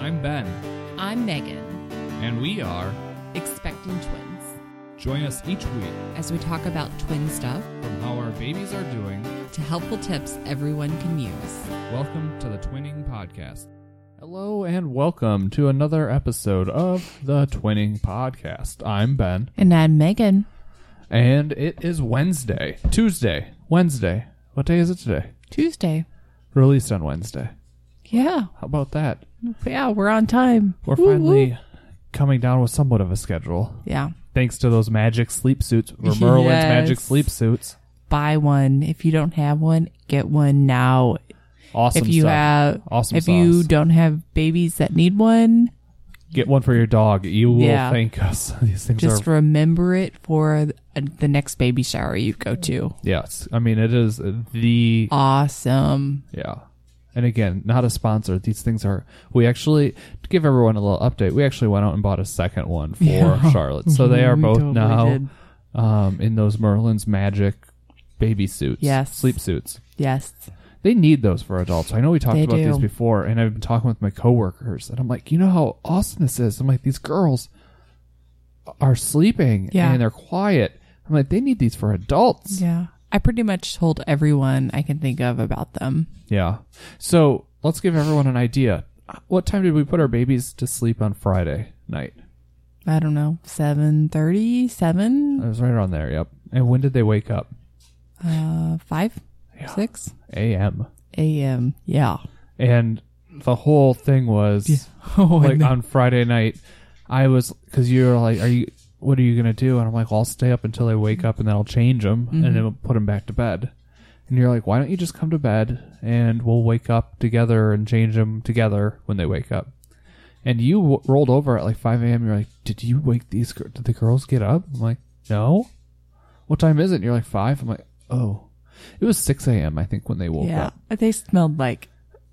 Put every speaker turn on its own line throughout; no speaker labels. I'm Ben,
I'm Megan,
and we are.
expecting twins,
Join us each week
as we talk about twin stuff
from how our babies are doing.
to helpful tips everyone can use.
Welcome to the Twinning Podcast. Hello, and welcome to another episode of the Twinning Podcast. I'm Ben,
And I'm Megan.
and it is Wednesday, Tuesday, Wednesday. What day is it today?
Tuesday.
Released on Wednesday.
Yeah.
How about that?
Yeah, we're on time.
We're
Woo-woo.
finally coming down with somewhat of a schedule.
Yeah.
Thanks to those magic sleep suits, or Merlin's
Yes.
magic sleep suits.
Buy one. If you don't have one, get one now.
Awesome
if you
stuff.
have
Awesome
if you
sauce.
don't have babies that need one,
Get one for your dog. You will
Yeah.
thank us. These things
just
are
remember it for th- uh, the next baby shower you go to.
yes. I mean, it is the
Awesome.
yeah. And again, not a sponsor. These things are. We actually to give everyone a little update. We actually went out and bought a second one for
Yeah. Mhm.
Charlotte, so they are
We
both
totally
now
did.
um, in those Merlin's magic baby suits.
Yes.
sleep suits.
Yes.
They need those for adults. I know we talked
They
about these
do.
before, and I've been talking with my coworkers, and I'm like, you know how awesome this is. I'm like, these girls are sleeping
Yeah.
and they're quiet. I'm like, they need these for adults.
Yeah. I pretty much told everyone I can think of about them.
Yeah. So let's give everyone an idea. What time did we put our babies to sleep on Friday night?
I don't know, seven thirty, seven,
It was right around there. Yep. And when did they wake up?
uh, five, six
A.M.
a.m. Yeah.
And the whole thing was
Oh,
like on Friday night. I was because you were like, "Are you? What are you gonna do?" And I'm like, well, "I'll stay up until they wake up, and then I'll change them,
Mm-hmm.
and then we'll put them back to bed." And you're like, "Why don't you just come to bed, and we'll wake up together and change them together when they wake up?" And you w- rolled over at like 5 a.m. You're like, "Did you wake these? Gir- did the girls get up?" I'm like, "No." What time is it? And you're like five. I'm like, "Oh." It was 6 a.m. I think when they woke
Yeah,
up.
they smelled like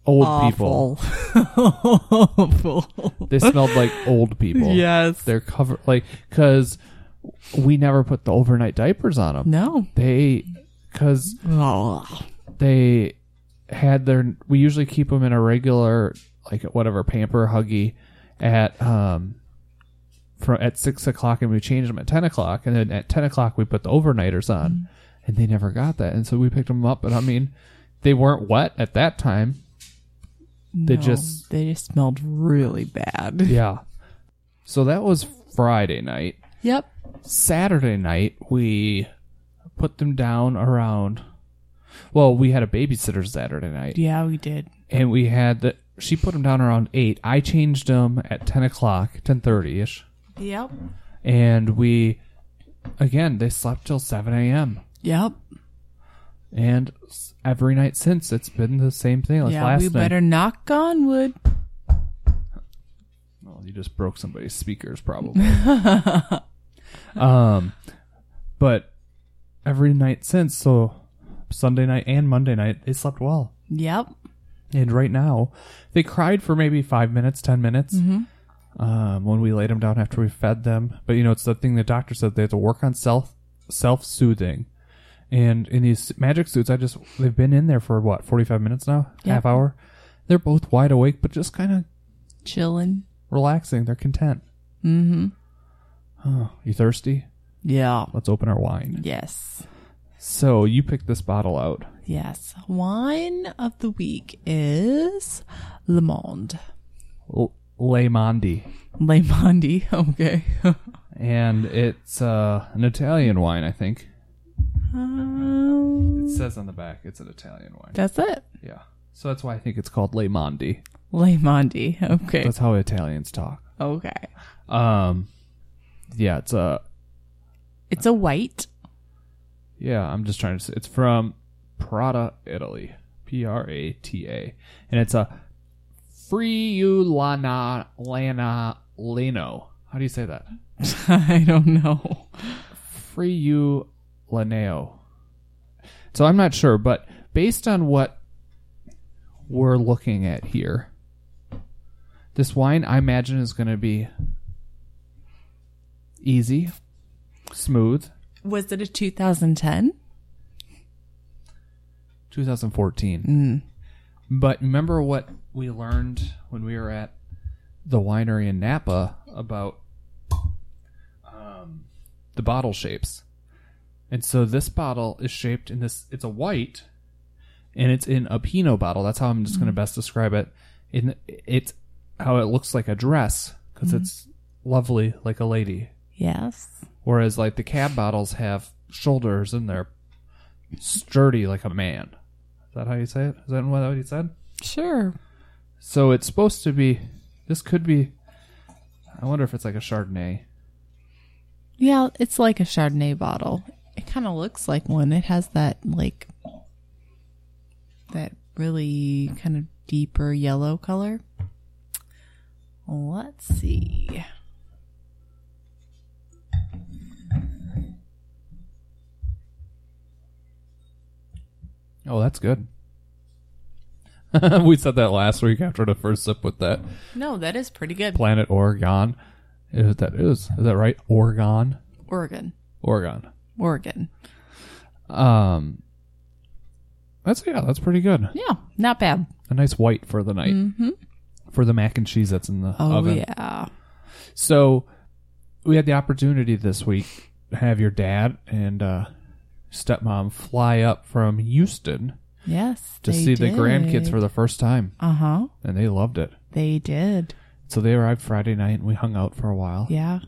Old people.
awful. Awful.
They smelled like old people.
yes.
they're covered like because we never put the overnight diapers on them
no.
they because they had their we usually keep them in a regular like whatever pamper huggy at um from at six o'clock and we changed them at ten o'clock and then at ten o'clock we put the overnighters on and they never got that and so we picked them up and i mean they weren't wet at that time they
No,
just-
they just smelled really bad.
yeah so that was friday night
Yep.
Saturday night, we put them down around. Well, we had a babysitter Saturday night,
Yeah, we did.
and we had the she put them down around eight. I changed them at ten o'clock, ten thirty ish,
Yep.
and we again they slept till seven a.m.
Yep.
And s- every night since, it's been the same thing. Like
yeah,
last
we
night,
better knock on wood.
Well, you just broke somebody's speakers, probably. um, but every night since, so Sunday night and Monday night, they slept well.
Yep.
And right now, they cried for maybe five minutes, ten minutes. Um, when we laid them down after we fed them, but you know, it's the thing the doctor said they have to work on self self soothing. And in these magic suits, I just they've been in there for what forty five minutes now,
Yeah.
half hour. They're both wide awake, but just kind of
Chilling.
relaxing. They're content. Mm-hmm. Oh, you thirsty?
Yeah.
Let's open our wine.
Yes.
So you picked this bottle out.
Yes. Wine of the week is Le Monde.
L- Le Mondi.
Le Monde. Okay.
And it's uh, an Italian wine, I think.
um,
It says on the back it's an Italian wine.
that's it.
Yeah. So that's why I think it's called Le Mondi.
Le Monde. Okay.
That's how Italians talk.
Okay.
Um, yeah, it's a
It's a white.
Yeah, I'm just trying to. Say, it's from Prata, Italy. P R A T A, and it's a Friulana Lana Leno. How do you say that?
I don't know.
Friulaneo. So I'm not sure, but based on what we're looking at here, this wine I imagine is going to be easy, smooth.
Was it a 2010?
2014. But remember what we learned when we were at the winery in Napa about um, the bottle shapes. And so this bottle is shaped in this. It's a white, and it's in a Pinot bottle. That's how I'm just going to best describe it. In it's how it looks like a dress because it's lovely like a lady.
Yes.
Whereas like the cab bottles have shoulders and they're sturdy like a man. Is that how you say it? Is that what you said?
Sure.
So it's supposed to be. This could be. I wonder if it's like a Chardonnay.
Yeah, it's like a Chardonnay bottle. It kind of looks like one. It has that like that really kind of deeper yellow color. Let's see.
Oh, that's good. we said that last week after the first sip with that
No, that is pretty good.
Planet Oregon. Is that is is that right? Oregon,
Oregon.
Oregon.
Oregon.
Um, that's yeah, that's pretty good.
Yeah, not bad.
A nice white for the night for the mac and cheese that's in the
Mm-hmm. Oh
oven.
yeah.
So we had the opportunity this week to have your dad and uh, stepmom fly up from Houston
Yes.
to see the grandkids for the first time,
Uh-huh.
and they loved it.
They did.
So they arrived Friday night, and we hung out for a while.
Yeah.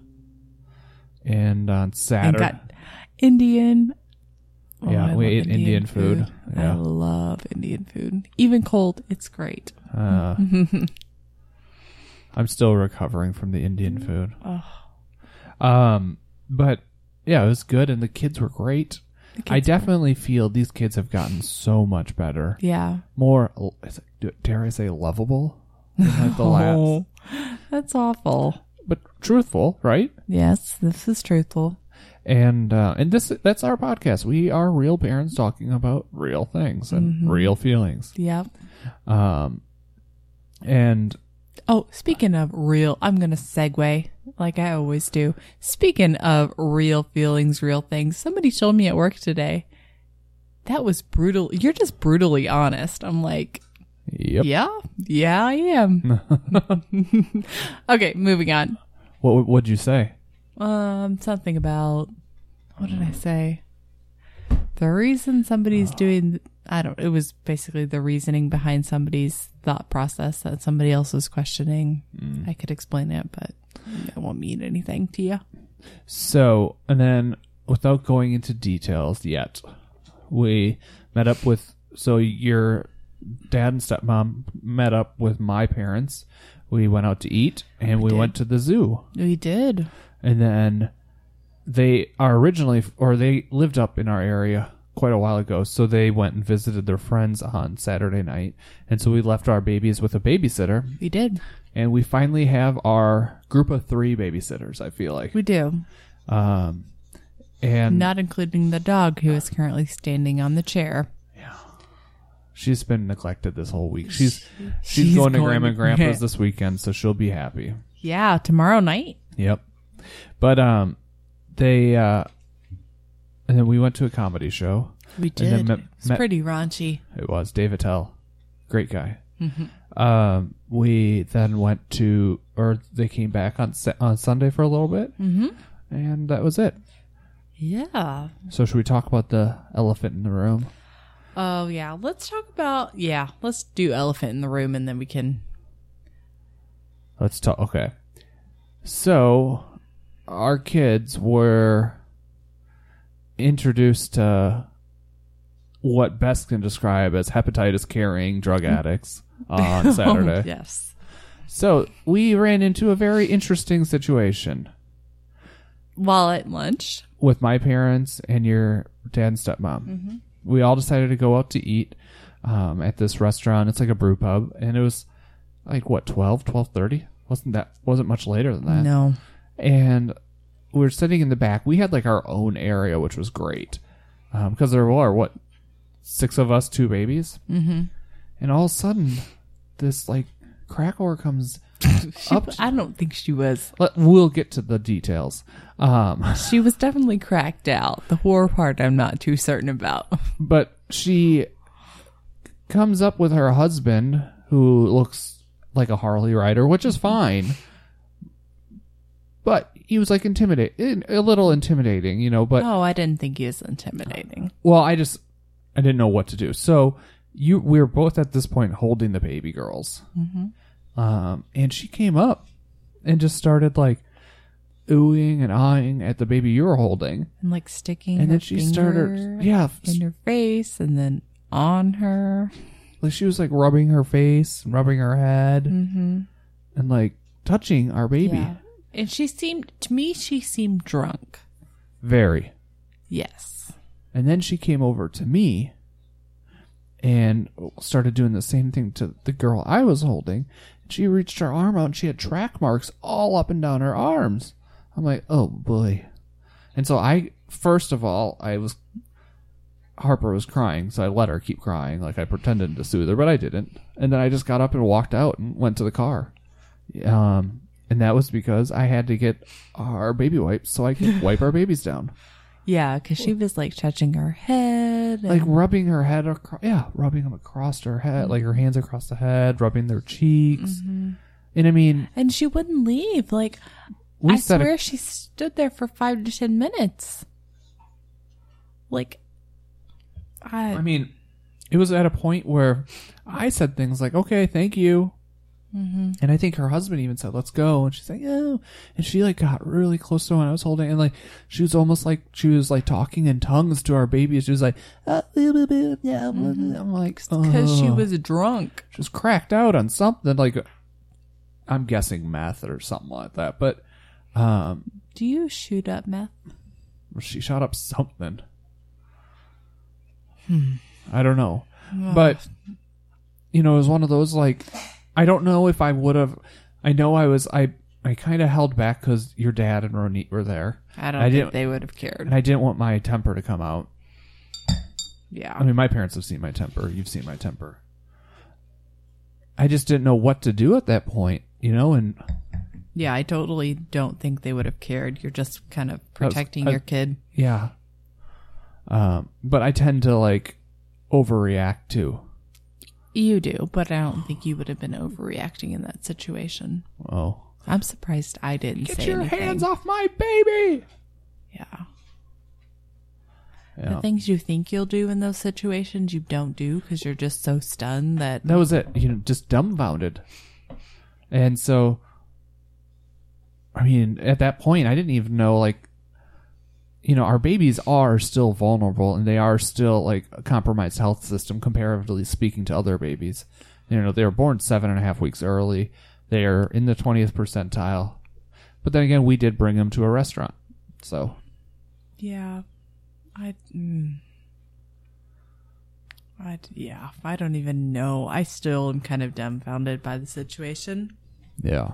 And on
and
Saturday,
got Indian. Oh,
Yeah,
I
we
love
ate Indian food. Yeah.
I love Indian food, even cold. It's great.
uh, I'm still recovering from the Indian food.
Mm.
Um, but yeah, it was good, and the kids were great. I definitely feel these kids have gotten so much better.
Yeah,
More, is it- dare I say, lovable than like the
Oh.
last,
that's awful.
but truthful, right?
Yes, this is truthful.
and uh, and this that's our podcast. We are real parents talking about real things and real feelings.
Yeah.
Um, and
Oh, speaking of real, I'm gonna segue like I always do. Speaking of real feelings, real things. Somebody told me at work today that was brutal. You're just brutally honest. I'm like,
yep,
yeah, yeah, I am. okay, moving on.
what would you say?
Um, something about what did I say? The reason somebody's doing I don't it was basically the reasoning behind somebody's thought process that somebody else was questioning. I could explain it, but it won't mean anything to you.
So, and then without going into details yet, we met up with so your dad and stepmom met up with my parents. We went out to eat and we
did.
went to the zoo.
We did.
and then they are originally or they lived up in our area quite a while ago so they went and visited their friends on saturday night and so we left our babies with a babysitter
We did.
and we finally have our group of three babysitters i feel like
We do.
um and
Not including the dog who is currently standing on the chair.
she's been neglected this whole week she's she's,
she's
going, to
going-
grandma and grandpa's this weekend so she'll be happy
Yeah, tomorrow night.
Yep. But um, they uh, and then we went to a comedy show.
We
And then
did.
met-
it's
met-
pretty raunchy.
It was Dave Attell, great guy. Um, we then went to, or they came back on Sa- on Sunday for a little bit, mm-hmm. and that was it.
Yeah.
So should we talk about the elephant in the room?
Oh yeah, let's talk about yeah. Let's do elephant in the room, and then we can
Let's talk. Okay. So, our kids were introduced to what best can describe as hepatitis carrying drug addicts on
Oh,
Saturday.
yes.
So, we ran into a very interesting situation
While at lunch.
with my parents and your dad and stepmom. We all decided to go out to eat um, at this restaurant. It's like a brew pub, and it was like what 12, 12.30? Wasn't that wasn't much later than that?
No.
and we were sitting in the back. We had like our own area, which was great because there were what six of us, two babies, mm-hmm. and all of a sudden, this like crack whore comes.
She, I don't think she was.
Let, we'll get to the details, um,
She was definitely cracked out. The horror part I'm not too certain about.
but she comes up with her husband, who looks like a Harley rider, which is fine. But he was like intimidating, a little intimidating, you know. But
oh, I didn't think he was intimidating.
well, I just I didn't know what to do. So you we were both at this point holding the baby girls, mm-hmm. um, and she came up and just started like oohing and eyeing at the baby you were holding,
And like sticking
and
her
then she started
finger
yeah
in her face and then on her.
like she was like rubbing her face and rubbing her head and like touching our baby
Mm-hmm. Yeah. And she seemed to me she seemed drunk.
very
Yes.
and then she came over to me and started doing the same thing to the girl i was holding she reached her arm out and she had track marks all up and down her arms i'm like oh boy and so i first of all i was harper was crying so i let her keep crying like i pretended to soothe her but i didn't and then i just got up and walked out and went to the car um, and that was because i had to get our baby wipes so i could wipe our babies down
Yeah, because she was like touching her head.
like
and-
rubbing her head across yeah rubbing them across her head like her
Mm-hmm.
hands across the head rubbing their cheeks and i mean
and she wouldn't leave. Like
we
I
said
swear she stood there for five to ten minutes. Like, I,
i mean it was at a point where i said things like okay thank you
Mm-hmm.
and i think her husband even said let's go and she's like oh and she like got really close to when i was holding and like she was almost like she was like talking in tongues to our baby she was like "Ah, blah, blah, blah, yeah, blah, blah." i'm like
because Mm-hmm. she
"Ugh."
was drunk.
She was cracked out on something like I'm guessing meth or something like that. But um,
Do you shoot up meth?
she shot up something. I don't know, but you know, it was one of those like I don't know if I would have. I know I was I I kind of held back because your dad and Ronit were there,
I don't
I
think
didn't-
they would have cared.
and I didn't want my temper to come out.
yeah.
I mean, my parents have seen my temper. You've seen my temper. I just didn't know what to do at that point, you know, and
yeah, I totally don't think they would have cared. You're just kind of
was-
protecting
I-
your kid.
Yeah. Um, but I tend to like overreact to.
You do, but I don't think you would have been overreacting in that situation.
Oh,
I'm surprised I didn't
get
say
your
anything.
hands off my baby!
Yeah.
Yeah.
The things you think you'll do in those situations, you don't do because you're just so stunned that
That was it. You know, just dumbfounded. And so, I mean, at that point, I didn't even know like, you know, our babies are still vulnerable and they are still like a compromised health system comparatively speaking to other babies. You know, they were born seven and a half weeks early. They are in the 20th percentile. But then again, we did bring them to a restaurant. So,
Yeah, I. Mm, I yeah, I don't even know. I still am kind of dumbfounded by the situation.
yeah.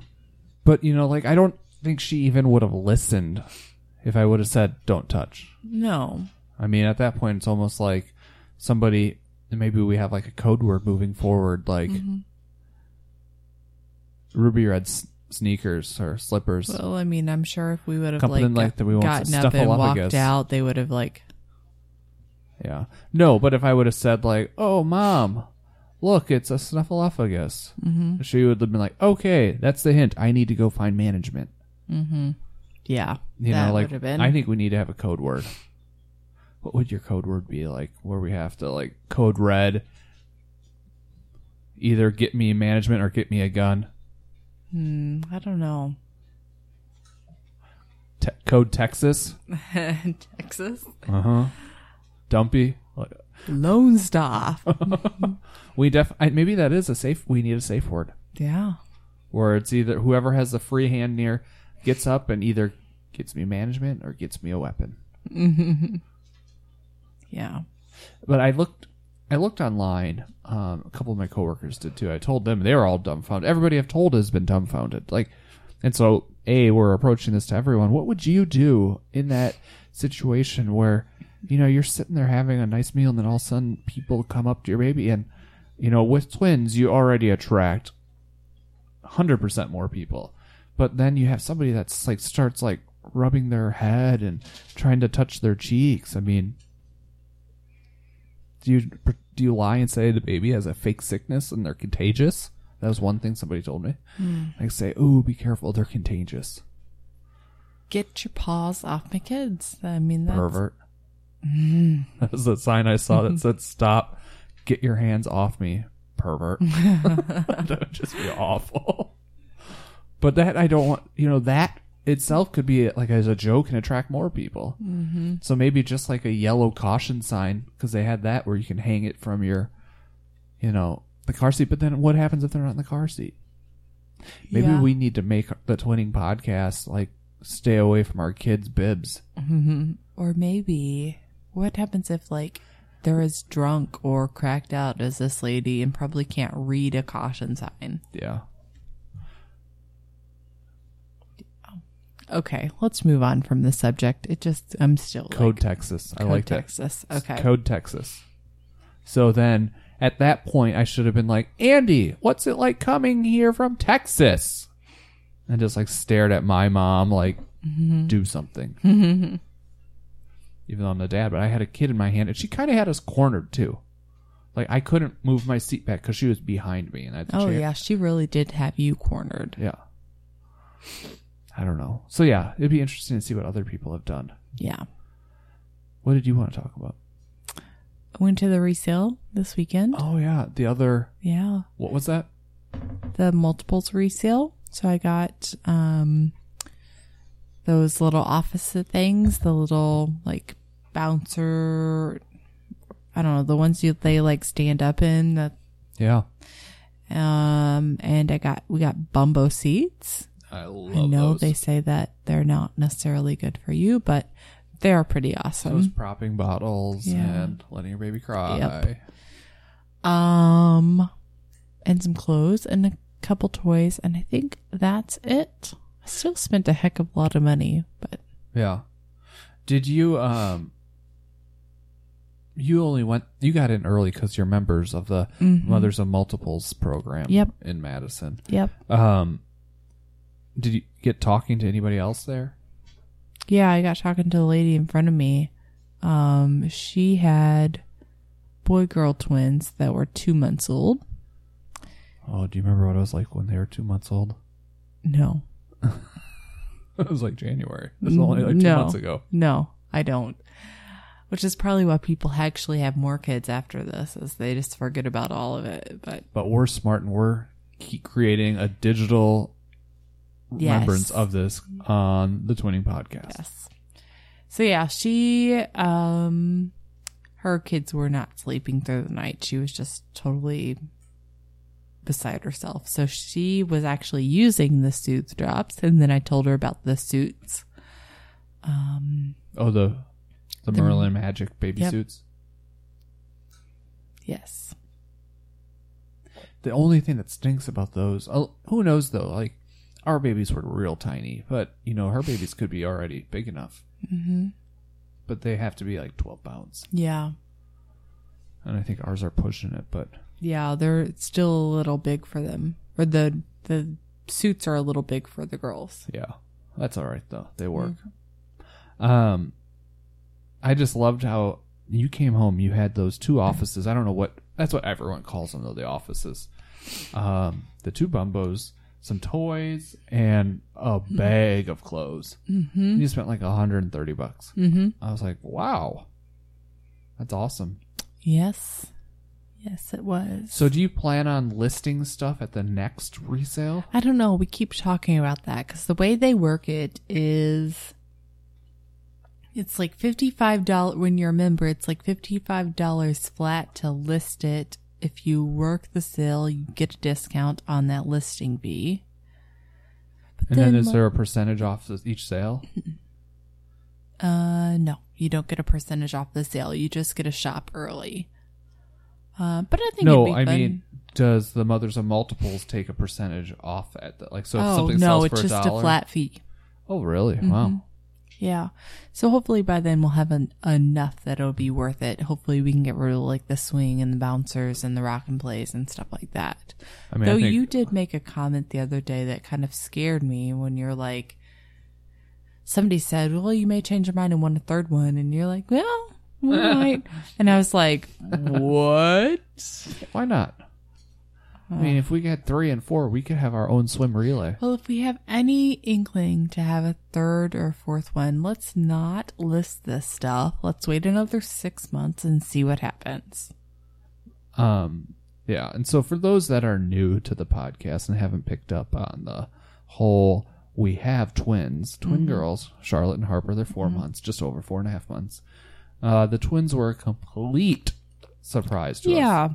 But, you know, like, I don't think she even would have listened if I would have said, don't touch.
No,
I mean, at that point, it's almost like somebody. Maybe we have like a code word moving forward, like ruby red s- sneakers or slippers.
well, I mean, I'm sure if we would have like,
Something like that we won't
gotten up and
stuffalophagus.
walked out, they would have like,
yeah, no. But if I would have said like, "Oh, mom, look, it's a snuffleupagus," mm-hmm. she would have been like, "Okay, that's the hint. I need to go find management."
yeah,
You
that
know, like
would have been.
I think we need to have a code word. What would your code word be like? Where we have to like code red. Either get me management or get me a gun.
Hmm, I don't know.
Te- code Texas.
Texas,
Uh huh. Dumpy. Like,
Lone Star.
We def. I, maybe that is a safe. We need a safe word.
yeah,
Where it's either whoever has the free hand near gets up and either gets me management or gets me a weapon.
yeah.
but I looked I looked online. Um, a couple of my coworkers did too. I told them they were all dumbfounded. Everybody I've told has been dumbfounded. Like, and so a we're approaching this to everyone. What would you do in that situation where you know you're sitting there having a nice meal and then all of a sudden people come up to your baby and you know with twins you already attract hundred percent more people, but then you have somebody that's like starts like rubbing their head and trying to touch their cheeks. I mean, do you do you lie and say the baby has a fake sickness and they're contagious? That was one thing somebody told me. Like say, "Oh, be careful, they're contagious."
Get your paws off my kids. I mean, that's, Mm-hmm.
Pervert. That was the sign I saw that said, "Stop, get your hands off me, pervert." that would just be awful. But that I don't want. You know that itself could be like as a joke and attract more people. Mm-hmm. So maybe just like a yellow caution sign because they had that where you can hang it from your, you know, the car seat. But then what happens if they're not in the car seat? Maybe
Yeah.
we need to make the twinning podcast like stay away from our kids' bibs.
or maybe what happens if like they're as drunk or cracked out as this lady and probably can't read a caution sign.
Yeah.
Okay, let's move on from this subject. It just I'm still like,
Code Texas. I like that.
Texas. Okay.
Code Texas. So then at that point, I should have been like, Andy, what's it like coming here from Texas? And just like stared at my mom, like,
Mm-hmm.
do something. Even though I'm the dad, but I had a kid in my hand and she kind of had us cornered too. Like, I couldn't move my seat back because she was behind me and I had the
Oh
chair.
yeah, she really did have you cornered.
Yeah. I don't know. So yeah, it'd be interesting to see what other people have done.
Yeah.
What did you want to talk about?
I went to the resale this weekend.
Oh yeah, the other
Yeah.
what was that?
The multiples resale. So I got um those little office things, the little like bouncer I don't know, the ones you they like stand up in that
Yeah.
um and I got we got bumbo seats.
I love
I know they say that they're not necessarily good for you, but they are pretty
Those
awesome.
propping bottles
Yeah.
and letting your baby cry.
Yep. Um, and some clothes and a couple toys, and I think that's it. I still spent a heck of a lot of money, but
Yeah. Did you um you only went you got in early cuz you're members of the Mothers of Multiples program
Yep.
in Madison.
yep,
Um did you get talking to anybody else there?
yeah. I got talking to the lady in front of me. Um, she had boy girl twins that were two months old.
Oh, do you remember what I was like when they were 2 months old?
No,
it was like January. This was only like 2
no,
months ago.
No, I don't. Which is probably why people actually have more kids after this, is they just forget about all of it. But
But we're smart and we're keep creating a digital
Yes.
remembrance of this on the Twinning podcast.
yes. So yeah, she um her kids were not sleeping through the night. She was just totally beside herself. So she was actually using the soothe drops and then I told her about the suits. Um,
Oh, the the, Merlin Magic baby
Yep.
suits.
Yes.
The only thing that stinks about those, oh, who knows though? Like our babies were real tiny, but you know her babies could be already big enough.
Mhm.
But they have to be like twelve pounds,
Yeah.
and I think ours are pushing it. But
Yeah, they're still a little big for them. Or the the suits are a little big for the girls.
yeah, that's all right though. They work. Um, I just loved how you came home. You had those two offices. I don't know what that's what everyone calls them though. The offices, um, the two bumbos, some toys, and a bag of clothes.
Mm-hmm.
You spent like 130 bucks.
Mm-hmm.
I was like, wow, that's awesome.
Yes. Yes, it was.
So, do you plan on listing stuff at the next resale?
I don't know. We keep talking about that because the way they work it is it's like $55 when you're a member, it's like $55 flat to list it. If you work the sale, you get a discount on that listing fee. But
And then, is
like-
there a percentage off of each sale?
Uh, no, you don't get a percentage off the sale. You just get a shop early. Uh, but I think
No,
it'd be
I
fun.
mean, does the mothers of multiples take a percentage off at the like? So if
oh
something
no,
sells
it's
for
just
a
a
dollar.
flat Mm-hmm. fee.
oh, really? Wow.
Yeah. So hopefully by then we'll have an, enough that it'll be worth it. Hopefully we can get rid of like the swing and the bouncers and the rock and plays and stuff like that.
I mean, I
Though
think-
you did make a comment the other day that kind of scared me when you're like, somebody said, well, you may change your mind and want a third one. And you're like, well, we might. and I was like, what?
Why not? I mean, if we get three and four, we could have our own swim relay.
Well, if we have any inkling to have a third or fourth one, let's not list this stuff. Let's wait another six months and see what happens.
Um, yeah. And so for those that are new to the podcast and haven't picked up on the whole, we have twins, twin
Mm-hmm.
girls, Charlotte and Harper. They're 4 months, just over four and a half months. Uh, the twins were a complete surprise to us.
Yeah.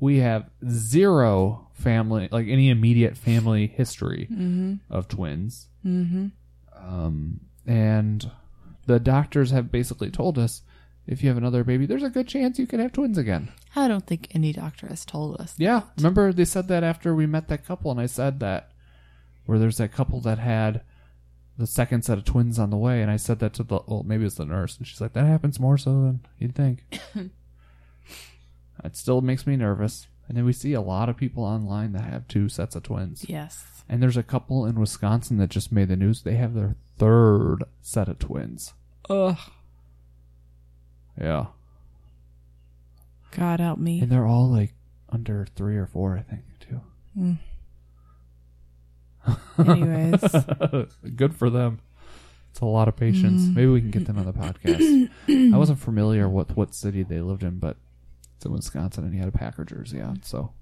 we have zero family, like any immediate family history of twins. Mm-hmm. Um, and the doctors have basically told us if you have another baby, there's a good chance you could have twins again.
I don't think any doctor has told us.
Yeah. Remember, they said that after we met that couple, and I said that, where there's that couple that had the second set of twins on the way, and I said that to the, well, maybe it's the nurse, and she's like, that happens more so than you'd think. it still makes me nervous. And then we see a lot of people online that have two sets of twins.
Yes.
And there's a couple in Wisconsin that just made the news. They have their third set of twins.
Ugh.
Yeah.
God help me.
And they're all like under three or four, I think, too.
Mm. Anyways,
Good for them. It's a lot of patience. Maybe we can get them on the podcast. I wasn't familiar with what city they lived in, but it's in Wisconsin, and he had a Packer jersey on. So,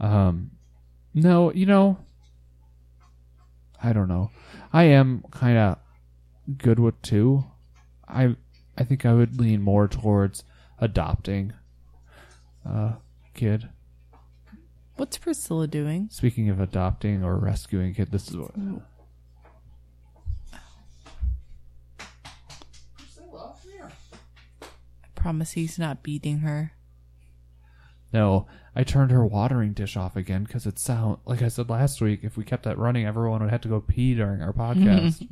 um, no, you know, I don't know. I am kind of good with two. I I think I would lean more towards adopting a kid.
what's Priscilla doing?
Speaking of adopting or rescuing a kid, this is what.
I promise he's not beating her.
No, I turned her watering dish off again because it sound like I said last week. If we kept that running, everyone would have to go pee during our podcast.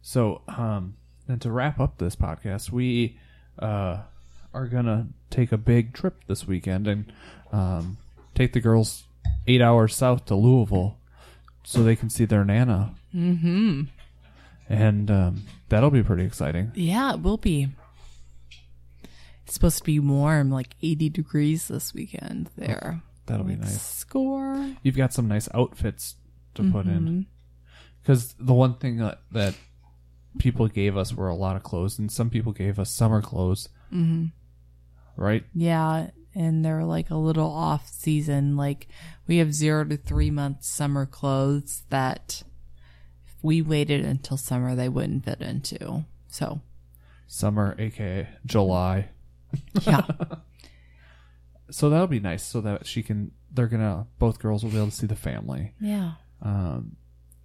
so, um, and to wrap up this podcast, we uh, are gonna take a big trip this weekend and um, take the girls eight hours south to Louisville so they can see their nana. Mm-hmm. And um, that'll be pretty exciting.
Yeah, it will be. It's supposed to be warm, like 80 degrees this weekend there.
That'll be nice.
Score.
you've got some nice outfits to put in. Because the one thing that, that people gave us were a lot of clothes, and some people gave us summer clothes. Mm-hmm. Right?
Yeah, and they're like a little off season. Like we have zero to three month summer clothes that if we waited until summer, they wouldn't fit into. So
Summer, aka July.
yeah,
So that'll be nice, so that she can. They're gonna. Both girls will be able to see the family. Um,
yeah,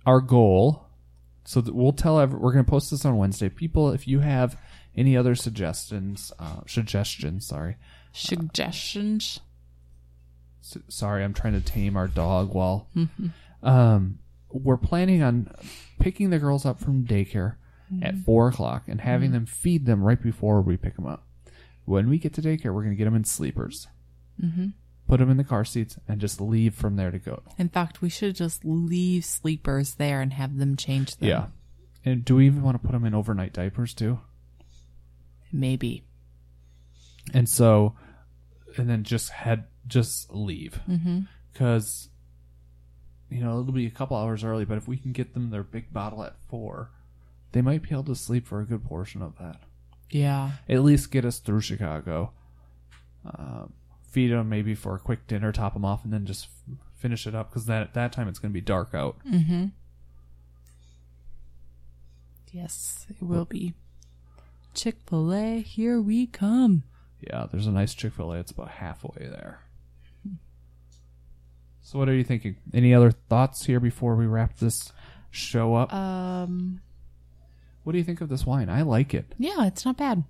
our goal so that we'll tell every, we're going to post this on wednesday people if you have any other suggestions uh, suggestions sorry
suggestions.
S- sorry i'm trying to tame our dog while um, we're planning on picking the girls up from daycare at four o'clock and having them feed them right before we pick them up when we get to daycare we're going to get them in sleepers put them in the car seats and just leave from there to go
In fact, we should just leave sleepers there and have them change them.
yeah and do we even want to put them in overnight diapers too
maybe.
and so and then just head just leave
Mm-hmm.
because you know it'll be a couple hours early but if we can get them their big bottle at four they might be able to sleep for a good portion of that
Yeah,
at least get us through chicago um, feed them maybe for a quick dinner top them off and then just f- finish it up because then at that time it's going to be dark out
yes, it will be. Chick Fil A, here we come.
yeah there's a nice chick-fil-a it's about halfway there so what are you thinking any other thoughts here before we wrap this show up
Um.
What do you think of this wine? I like it.
Yeah, it's not bad.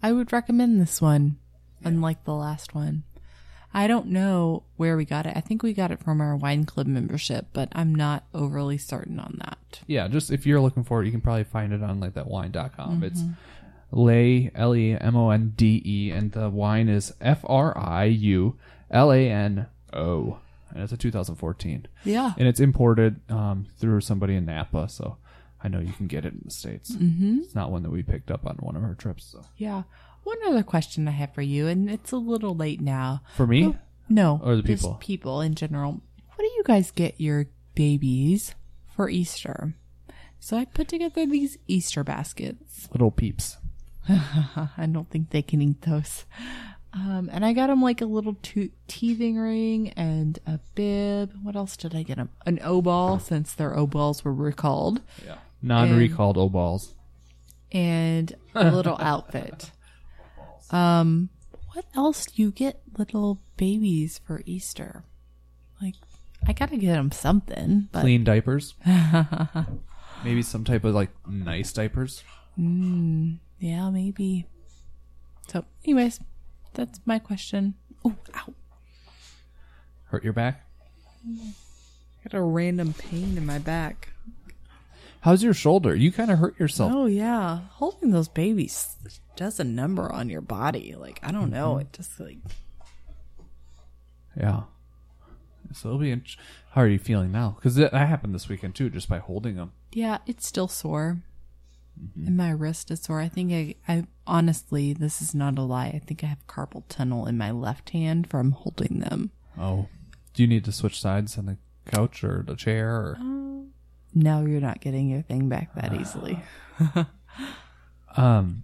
I would recommend this one, unlike the last one. I don't know where we got it. I think we got it from our wine club membership, but I'm not overly certain on that.
Yeah, just if you're looking for it, you can probably find it on like that wine.com. It's Lay L E M O N D E and the wine is F R I U L A N O. And it's a 2014.
Yeah.
And it's imported um, through somebody in Napa, so I know you can get it in the States. Mm-hmm. It's not one that we picked up on one of our trips, so
Yeah. One other question I have for you, and it's a little late now.
For me,
No,
Or the
just
people?
people in general. What do you guys get your babies for Easter? So I put together these Easter baskets.
little peeps.
I don't think they can eat those. Um, and I got them like a little to- teething ring and a bib. What else did I get them? An O ball, since their O balls were recalled,
Yeah. Non-recalled old balls.
and a little outfit. Um, what else do you get little babies for Easter? Like, I gotta get them something, but
Clean diapers. Maybe some type of like nice diapers.
yeah, maybe. So, anyways, that's my question. Oh, ow.
Hurt your back.
I got a random pain in my back.
How's your shoulder? You kind of hurt yourself.
Oh yeah, holding those babies does a number on your body. Like I don't know,
Mm-hmm.
it just like
Yeah. So it'll be. Int- How are you feeling now? Because that that happened this weekend too, just by holding them.
yeah, it's still sore.
Mm-hmm.
And my wrist is sore. I think I, I honestly, this is not a lie. I think I have carpal tunnel in my left hand from holding them.
Oh. Do you need to switch sides on the couch or the chair? Or-
No, you're not getting your thing back that easily.
Um,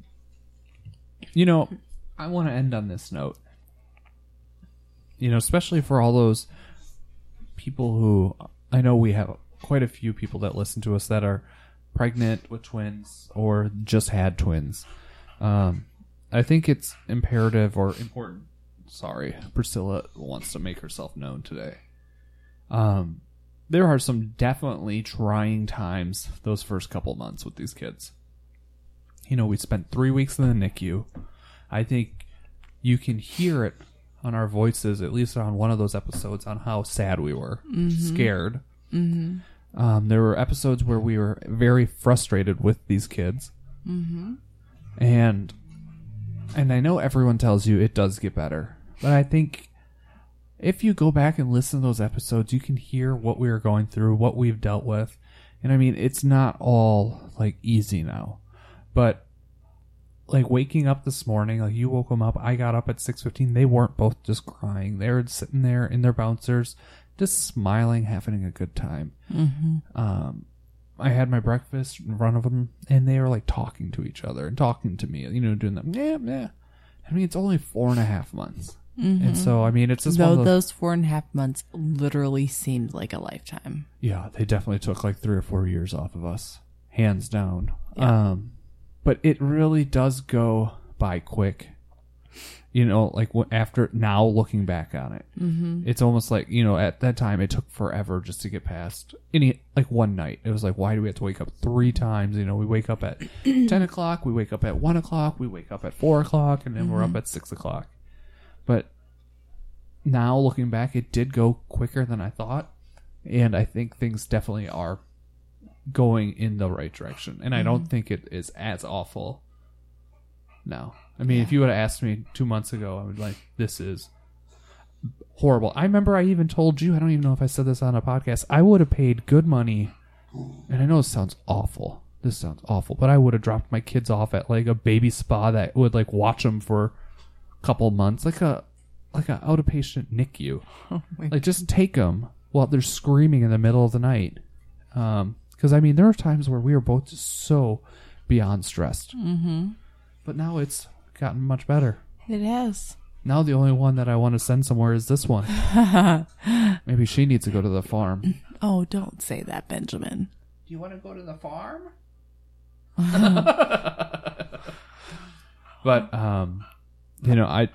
you know, I want to end on this note. You know, especially for all those people who I know we have quite a few people that listen to us that are pregnant with twins or just had twins. Um, I think it's imperative or important. Sorry, Priscilla wants to make herself known today. Um, there are some definitely trying times those first couple months with these kids you know, we spent three weeks in the NICU. I think you can hear it on our voices, at least on one of those episodes, on how sad we were, scared. Mm-hmm. Um, there were episodes where we were very frustrated with these kids, mm-hmm. and and I know everyone tells you it does get better, but I think if you go back and listen to those episodes, you can hear what we were going through, what we've dealt with, and I mean, it's not all like easy now but like waking up this morning like you woke them up i got up at 6.15 they weren't both just crying they were sitting there in their bouncers just smiling having a good time um, i had my breakfast in front of them and they were like talking to each other and talking to me you know doing that yeah yeah i mean it's only four and a half months and so i mean it's just one
Though
of those,
those four and a half months literally seemed like a lifetime.
yeah, they definitely took like three or four years off of us, hands down. Um, but it really does go by quick. You know, like wh- after now looking back on it, mm-hmm. it's almost like you know at that time it took forever just to get past any like one night. It was like, why do we have to wake up three times? You know, we wake up at ten o'clock, we wake up at one o'clock, we wake up at four o'clock, and then we're up at six o'clock. But now looking back, it did go quicker than I thought and I think things definitely are going in the right direction. And I don't think it is as awful now. I mean, if you would have asked me two months ago, I would like this is horrible. I remember I even told you. I don't even know if I said this on a podcast. I would have paid good money, and I know this sounds awful. This sounds awful, but I would have dropped my kids off at like a baby spa that would like watch them for a couple months, like a like a out of patient NICU. Like just take them while they're screaming in the middle of the night. Um, because I mean, there are times where we were both just so beyond stressed. Mm-hmm. But now it's gotten much better.
It has.
Now the only one that I want to send somewhere is this one. Maybe she needs to go to the farm. Do
Oh, don't say that, Benjamin.
you want to go to the farm? but um, you know, I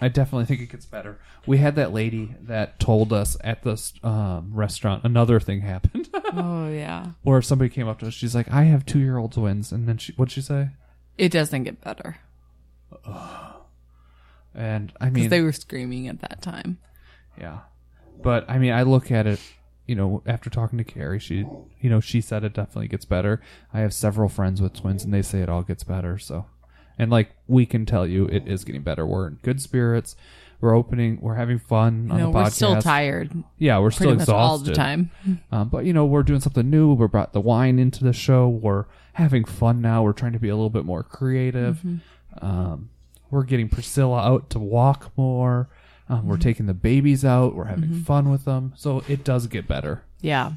I definitely think it gets better. We had that lady that told us at this um, restaurant another thing happened.
oh yeah.
or if somebody came up to us, she's like, "I have two year old twins," and then she, what'd she say?
It doesn't get better
And I
because
mean,
they were screaming at that time.
yeah, but I mean, I look at it, you know, after talking to Carrie, she, you know, she said it definitely gets better. I have several friends with twins, and they say it all gets better. So, and like we can tell you, it is getting better. We're in good spirits. We're opening. We're having fun on
no,
the podcast.
we're still tired.
Yeah, we're still
Pretty much
exhausted
all the time.
Um, but you know, we're doing something new. We brought the wine into the show. We're having fun now. We're trying to be a little bit more creative. Um, We're getting Priscilla out to walk more. Um, We're taking the babies out. We're having fun with them. So it does get better.
Yeah.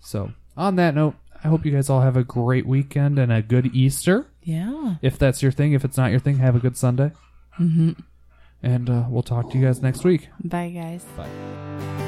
So, on that note, I hope you guys all have a great weekend and a good Easter.
Yeah.
If that's your thing. If it's not your thing, have a good Sunday. Mm-hmm. And uh, we'll talk to you guys next week.
Bye, guys.
Bye.